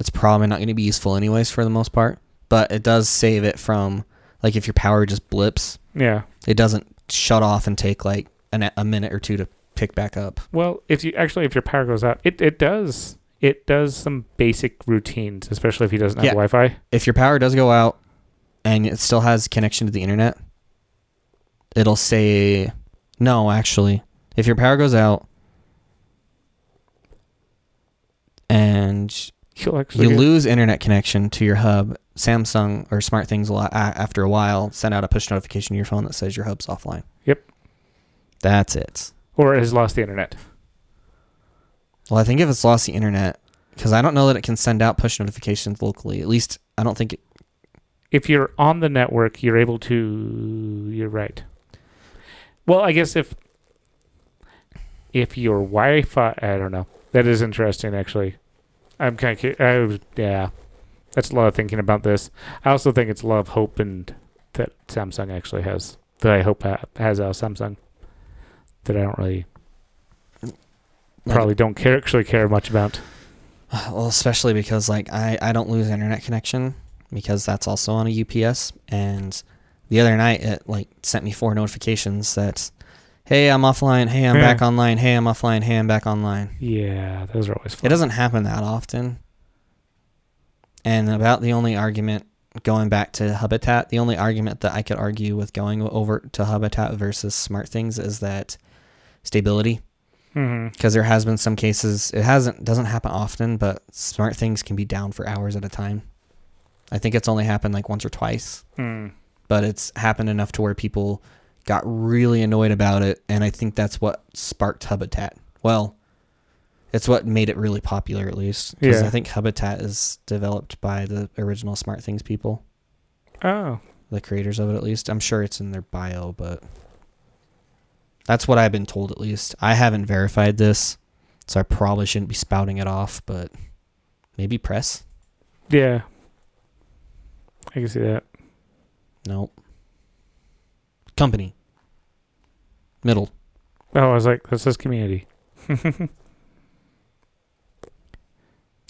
Speaker 2: it's probably not going to be useful anyways for the most part. But it does save it from like if your power just blips,
Speaker 1: Yeah.
Speaker 2: it doesn't shut off and take like an, e, a minute or two to pick back up.
Speaker 1: Well, if you actually if your power goes out, it, it does it does some basic routines, especially if he doesn't have
Speaker 2: Yeah.
Speaker 1: Wi-Fi.
Speaker 2: If your power does go out and it still has connection to the internet, it'll say no, actually. If your power goes out and
Speaker 1: You'll actually
Speaker 2: you
Speaker 1: get-
Speaker 2: lose internet connection to your hub, Samsung or SmartThings will a- after a while send out a push notification to your phone that says your hub's offline.
Speaker 1: Yep.
Speaker 2: That's it.
Speaker 1: or has lost the internet.
Speaker 2: Well, I think if it's lost the internet, because I don't know that it can send out push notifications locally. At least I don't think it.
Speaker 1: If you're on the network, you're able to. You're right. Well, I guess if if your Wi-Fi, I don't know. That is interesting, actually. I'm kind of. I was- yeah, that's a lot of thinking about this. I also think it's a lot of hope and that Samsung actually has that I hope ha- has out Samsung that I don't really probably don't care actually care much about.
Speaker 2: Well, especially because like I I don't lose internet connection because that's also on a UPS. And the other night it like sent me four notifications that, hey I'm offline. Hey I'm
Speaker 1: Yeah.
Speaker 2: back online. Hey I'm offline. Hey I'm back online.
Speaker 1: Yeah, those are always
Speaker 2: It
Speaker 1: fun.
Speaker 2: doesn't happen that often. And about the only argument going back to Habitat, the only argument that I could argue with going over to Habitat versus Smart Things is that stability
Speaker 1: hmm
Speaker 2: because there has been some cases it hasn't doesn't happen often, but Smart Things can be down for hours at a time. I think it's only happened like once or twice
Speaker 1: Mm.
Speaker 2: but it's happened enough to where people got really annoyed about it and i think that's what sparked habitat well it's what made it really popular at least because
Speaker 1: Yeah.
Speaker 2: i think habitat is developed by the original smart things people
Speaker 1: Oh,
Speaker 2: the creators of it at least i'm sure it's in their bio but that's what i've been told at least i haven't verified this so i probably shouldn't be spouting it off but maybe press
Speaker 1: yeah. I can see that.
Speaker 2: nope company middle
Speaker 1: Oh, I was like, this is community.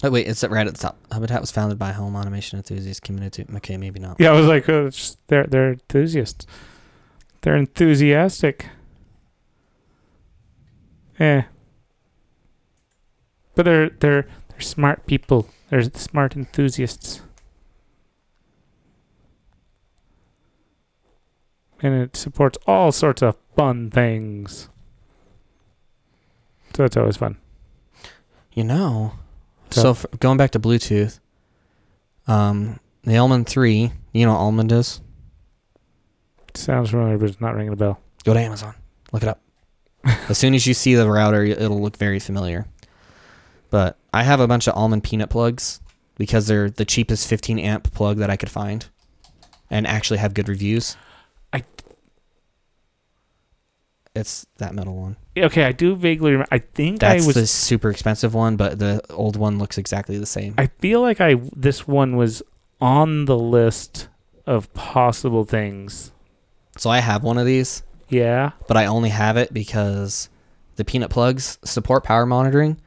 Speaker 2: Oh, wait, it's right at the top. Habitat was founded by home automation enthusiasts committed to. Okay, maybe not.
Speaker 1: Yeah, I was like, oh, it's just, they're they're enthusiasts. They're enthusiastic. Yeah. But they're they're they're smart people. They're smart enthusiasts. And it supports all sorts of fun things. So that's always fun.
Speaker 2: You know.
Speaker 1: So-
Speaker 2: So, f- going back to Bluetooth, um, the Almond 3, you know what Almond is?
Speaker 1: Sounds familiar, but it's not ringing a bell.
Speaker 2: Go to Amazon. Look it up. as soon as you see the router, y- it'll look very familiar. But I have a bunch of Almond peanut plugs because they're the cheapest 15 amp plug that I could find and actually have good reviews.
Speaker 1: I-
Speaker 2: It's that metal one.
Speaker 1: Okay, I do vaguely remember. I think
Speaker 2: That's
Speaker 1: I was.
Speaker 2: the super expensive one, but the old one looks exactly the same.
Speaker 1: I feel like I this one was on the list of possible things.
Speaker 2: so I have one of these.
Speaker 1: Yeah.
Speaker 2: but I only have it because the peanut plugs support power monitoring,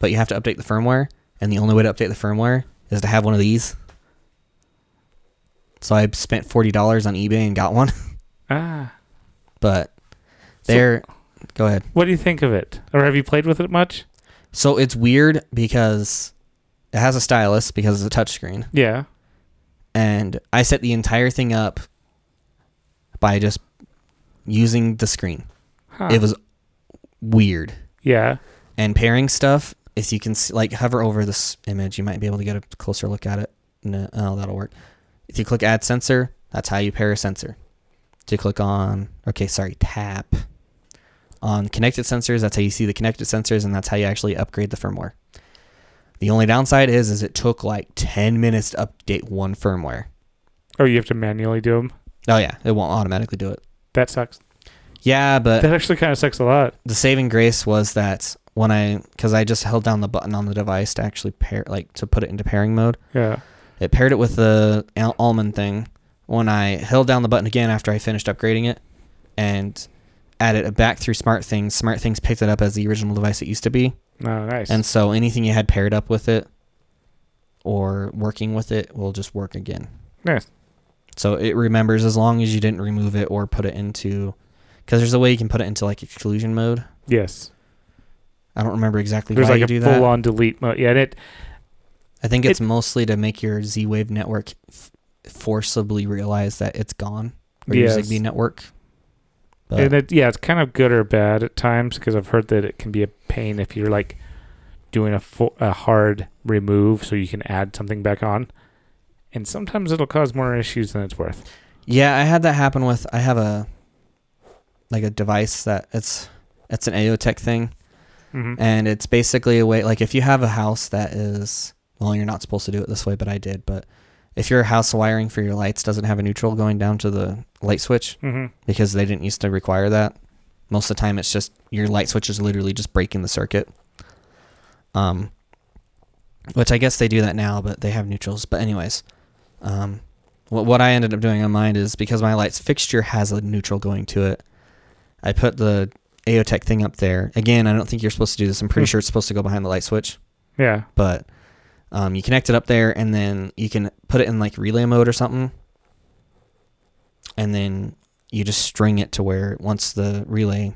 Speaker 2: but you have to update the firmware, and the only way to update the firmware is to have one of these. So I spent forty dollars on eBay and got one,
Speaker 1: Ah.
Speaker 2: but
Speaker 1: So-
Speaker 2: they're go ahead.
Speaker 1: What do you think of it? Or have you played with it much?
Speaker 2: So it's weird because it has a stylus because it's a touchscreen,
Speaker 1: Yeah.
Speaker 2: and I set the entire thing up by just using the screen.
Speaker 1: Huh.
Speaker 2: It was weird.
Speaker 1: yeah.
Speaker 2: and pairing stuff. If you can see, like hover over this image, you might be able to get a closer look at it. No, oh, that'll work. If you click add sensor, that's how you pair a sensor. If you click on, okay, sorry, tap on connected sensors, that's how you see the connected sensors, and that's how you actually upgrade the firmware. The only downside is, is it took like 10 minutes to update one firmware.
Speaker 1: Oh, you have to manually do them.
Speaker 2: Oh yeah, it won't automatically do it.
Speaker 1: That sucks.
Speaker 2: Yeah, but
Speaker 1: that actually kind of sucks a lot.
Speaker 2: the saving grace was that when I, because I just held down the button on the device to actually pair, like to put it into pairing mode.
Speaker 1: Yeah.
Speaker 2: It paired it with the al- almond thing. When I held down the button again after I finished upgrading it, and added it back through Smart Things, Smart Things picked it up as the original device it used to be,
Speaker 1: Oh, nice.
Speaker 2: and so anything you had paired up with it or working with it will just work again.
Speaker 1: Nice.
Speaker 2: So it remembers as long as you didn't remove it or put it into, because there's a way you can put it into like exclusion mode.
Speaker 1: yes.
Speaker 2: I don't remember exactly
Speaker 1: There's
Speaker 2: why
Speaker 1: like
Speaker 2: you
Speaker 1: a
Speaker 2: do
Speaker 1: full
Speaker 2: that.
Speaker 1: on delete mode. Yeah, and it
Speaker 2: I think it's mostly to make your Z Wave network f- forcibly realize that it's gone or your
Speaker 1: Yes.
Speaker 2: Zigbee network. But
Speaker 1: and it, yeah, it's kind of good or bad at times because I've heard that it can be a pain if you're like doing a full, a hard remove so you can add something back on, and sometimes it'll cause more issues than it's worth.
Speaker 2: yeah, I had that happen with I have a like a device that it's it's an AOTech thing
Speaker 1: Mm-hmm.
Speaker 2: and it's basically a way like if you have a house that is well you're not supposed to do it this way but I did but if your house wiring for your lights doesn't have a neutral going down to the light switch
Speaker 1: hmm
Speaker 2: because they didn't used to require that. Most of the time, it's just your light switch is literally just breaking the circuit. Um, which I guess they do that now, but they have neutrals. But anyways, um, what what I ended up doing on mine is because my lights fixture has a neutral going to it. I put the AOTech thing up there again. I don't think you're supposed to do this. I'm pretty
Speaker 1: Hmm.
Speaker 2: sure it's supposed to go behind the light switch
Speaker 1: Yeah.
Speaker 2: but um, you connect it up there and then you can put it in like relay mode or something and then you just string it to where once the relay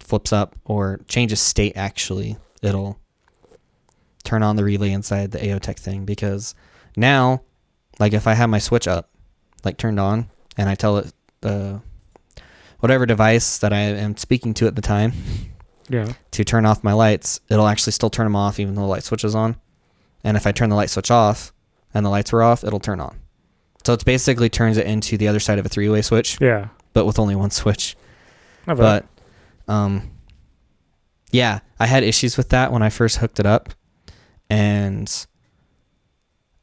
Speaker 2: flips up or changes state actually it'll turn on the relay inside the AOTech thing because now like if I have my switch up like turned on and I tell it uh, whatever device that I am speaking to at the time
Speaker 1: Yeah.
Speaker 2: to turn off my lights, it'll actually still turn them off even though the light switch is on. And if I turn the light switch off and the lights were off, it'll turn on. So it basically turns it into the other side of a three-way switch,
Speaker 1: Yeah.
Speaker 2: but with only one switch.
Speaker 1: Not bad.
Speaker 2: But um yeah, I had issues with that when I first hooked it up and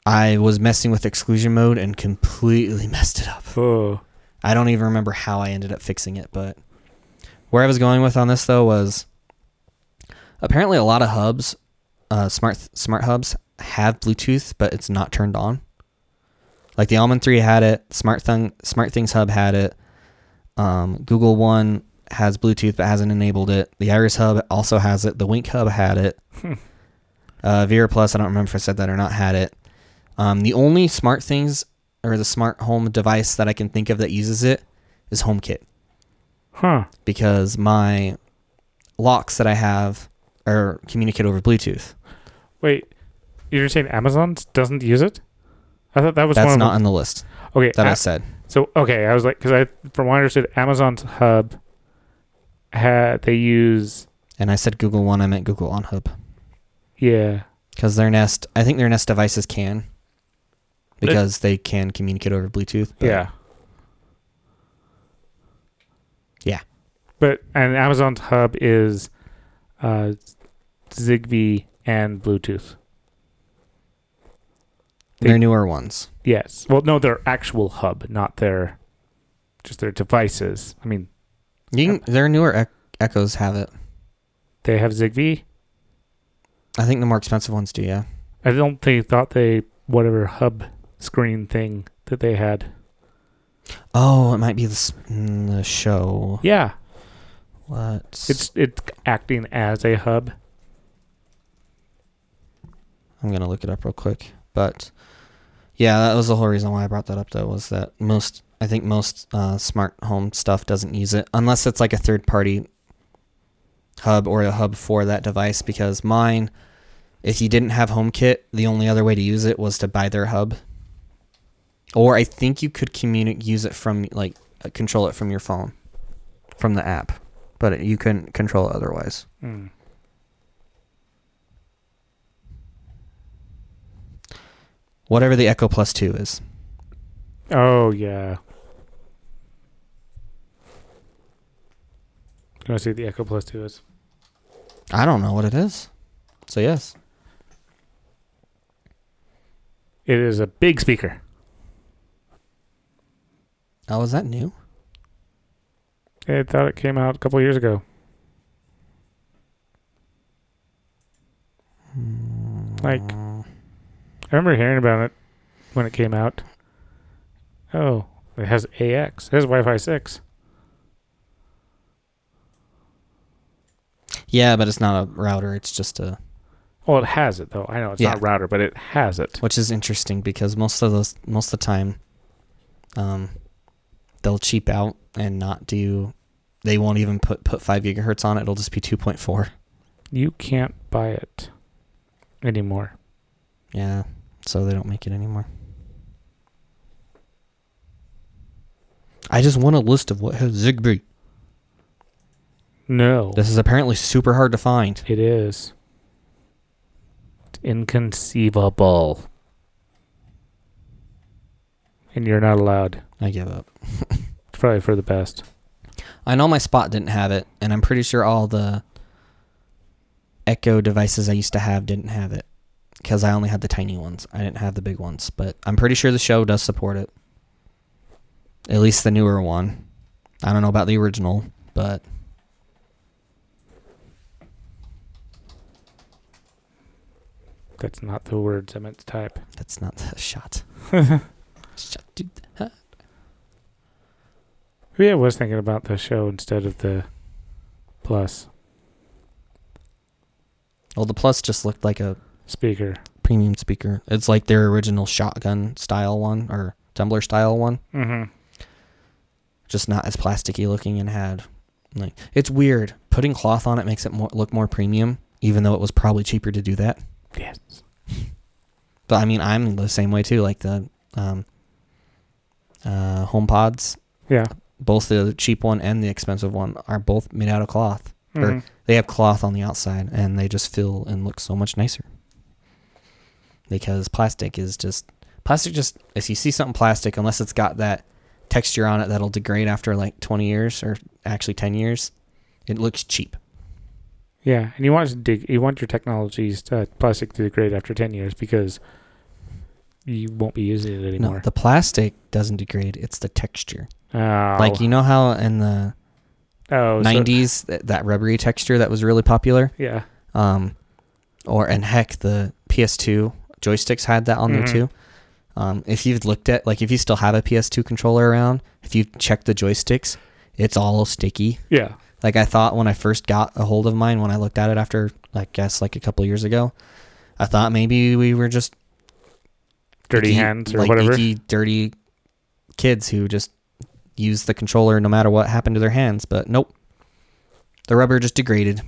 Speaker 2: I was messing with exclusion mode and completely messed it up.
Speaker 1: oh.
Speaker 2: I don't even remember how I ended up fixing it, but where I was going with on this though was apparently a lot of hubs, uh, smart smart hubs have Bluetooth, but it's not turned on. Like the Almond Three had it, Smart Thing Smart Things Hub had it, um, Google One has Bluetooth but hasn't enabled it. The Iris Hub also has it. The Wink Hub had it.
Speaker 1: Hmm.
Speaker 2: uh, Vera Plus, I don't remember if I said that or not, had it. Um, the only Smart Things or the smart home device that I can think of that uses it is HomeKit
Speaker 1: Huh.
Speaker 2: because my locks that I have are communicate over Bluetooth.
Speaker 1: Wait. You're saying Amazon doesn't use it? I thought that was
Speaker 2: That's
Speaker 1: one
Speaker 2: not
Speaker 1: of
Speaker 2: on the list
Speaker 1: them. Okay.
Speaker 2: that I
Speaker 1: A-
Speaker 2: said.
Speaker 1: so okay, I was like, because I, from what I understood, Amazon's hub ha- they use
Speaker 2: And I said Google One, I meant Google On Hub.
Speaker 1: yeah
Speaker 2: Because their Nest, I think their Nest devices can. Because they can communicate over Bluetooth. but-
Speaker 1: yeah
Speaker 2: Yeah.
Speaker 1: but and Amazon's hub is uh, Zigbee and Bluetooth.
Speaker 2: Their newer ones.
Speaker 1: Yes. Well, no, their actual hub, not their just their devices. I mean,
Speaker 2: You can, their newer ec- Echoes have it.
Speaker 1: they have Zigbee.
Speaker 2: I think the more expensive ones do, yeah.
Speaker 1: I don't think thought they whatever hub screen thing that they had.
Speaker 2: Oh, it might be the, s- mm, the show.
Speaker 1: Yeah,
Speaker 2: What?
Speaker 1: it's it's acting as a hub.
Speaker 2: I'm gonna look it up real quick. But yeah, that was the whole reason why I brought that up. Though was that most I think most uh, smart home stuff doesn't use it unless it's like a third party hub or a hub for that device. Because mine, if you didn't have HomeKit, the only other way to use it was to buy their hub. Or I think you could communi- use it from like uh, control it from your phone, from the app, but it, you couldn't control it otherwise.
Speaker 1: Mm.
Speaker 2: Whatever the Echo Plus Two is.
Speaker 1: Oh yeah. You want to see what the Echo Plus Two is?
Speaker 2: I don't know what it is. So yes.
Speaker 1: It is a big speaker.
Speaker 2: Oh, is that new?
Speaker 1: I thought it came out a couple of years ago. Like, I remember hearing about it when it came out. Oh, it has AX. It has Wi Fi 6.
Speaker 2: Yeah, but it's not a router. It's just a,
Speaker 1: Well, it has it, though. I know it's
Speaker 2: Yeah.
Speaker 1: not router, but it has it.
Speaker 2: which is interesting because most of those, most of the time, um, they'll cheap out and not do. They won't even put put five gigahertz on it. It'll just be two point four.
Speaker 1: You can't buy it anymore.
Speaker 2: Yeah, so they don't make it anymore. I just want a list of what has Zigbee.
Speaker 1: No.
Speaker 2: This is apparently super hard to find.
Speaker 1: It is. It's inconceivable. And you're not allowed.
Speaker 2: I give up.
Speaker 1: It's probably for the best.
Speaker 2: I know my spot didn't have it, and I'm pretty sure all the Echo devices I used to have didn't have it because I only had the tiny ones. I didn't have the big ones, but I'm pretty sure the show does support it. At least the newer one. I don't know about the original, but
Speaker 1: That's not the words I meant to type.
Speaker 2: that's not the shot. shot dude.
Speaker 1: Oh, Yeah, I was thinking about the show instead of the plus
Speaker 2: Well, the Plus just looked like a
Speaker 1: speaker.
Speaker 2: premium speaker. It's like their original shotgun style one or tumbler style one.
Speaker 1: Mm-hmm.
Speaker 2: just not as plasticky looking and had like it's weird putting cloth on it makes it more, look more premium even though it was probably cheaper to do that
Speaker 1: Yes.
Speaker 2: but i mean i'm the same way too like the um uh home pods
Speaker 1: Yeah.
Speaker 2: both the cheap one and the expensive one are both made out of cloth Or-
Speaker 1: Mhm.
Speaker 2: they have cloth on the outside and they just feel and look so much nicer because plastic is just plastic just if you see something plastic unless it's got that texture on it that'll degrade after like 20 years or actually 10 years it looks cheap
Speaker 1: Yeah, and you want to dig, you want your technologies to plastic to degrade after ten years because you won't be using it
Speaker 2: no,
Speaker 1: anymore.
Speaker 2: the plastic doesn't degrade it's the texture
Speaker 1: oh,
Speaker 2: like you know how in the
Speaker 1: oh, so-
Speaker 2: 90s th- that rubbery texture that was really popular
Speaker 1: yeah,
Speaker 2: um, or and heck, the PS2 joysticks had that on
Speaker 1: Mhm.
Speaker 2: there too. Um, if you've looked at like if you still have a PS2 controller around, if you check the joysticks, it's all sticky.
Speaker 1: yeah,
Speaker 2: Like I thought when I first got a hold of mine, when I looked at it after, I guess like a couple years ago, I thought maybe we were just
Speaker 1: dirty
Speaker 2: icky-
Speaker 1: hands or
Speaker 2: like
Speaker 1: whatever.
Speaker 2: icky, dirty kids who just use the controller no matter what happened to their hands. But nope, the rubber just degraded.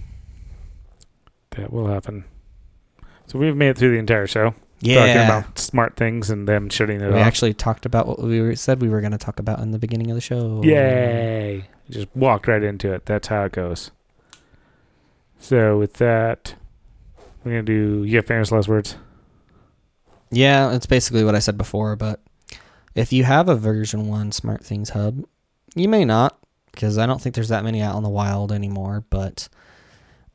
Speaker 1: That will happen. So we've made it through the entire show. talking
Speaker 2: Yeah.
Speaker 1: about smart things and them shutting it
Speaker 2: We
Speaker 1: off.
Speaker 2: actually talked about what we were, said we were going to talk about in the beginning of the show.
Speaker 1: Yay! Just walked right into it. That's how it goes. So with that, we're gonna do you have famous last words.
Speaker 2: Yeah, it's basically what I said before, but if you have a version 1 Smart Things Hub, you may not because I don't think there's that many out in the wild anymore, but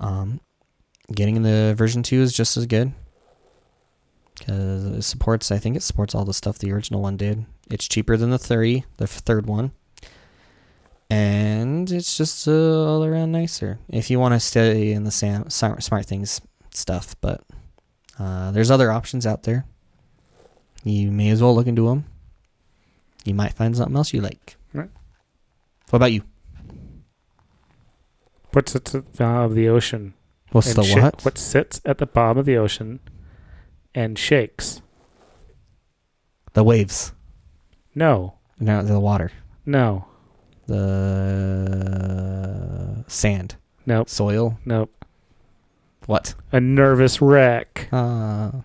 Speaker 2: um, getting the version 2 is just as good cuz it supports I think it supports all the stuff the original one did. It's cheaper than the 3, the f- third one. And it's just uh, all around nicer if you want to stay in the Sam, Smart Smart Things stuff, but uh, there's other options out there. You may as well look into them. You might find something else you like.
Speaker 1: Right.
Speaker 2: What about you?
Speaker 1: What sits at the bottom of the ocean?
Speaker 2: What's
Speaker 1: and
Speaker 2: the
Speaker 1: shak-
Speaker 2: what?
Speaker 1: What sits at the bottom of the ocean and shakes?
Speaker 2: The waves.
Speaker 1: No,
Speaker 2: No, the water.
Speaker 1: no,
Speaker 2: The sand.
Speaker 1: nope,
Speaker 2: Soil.
Speaker 1: nope.
Speaker 2: What?
Speaker 1: A nervous wreck.
Speaker 2: Uh,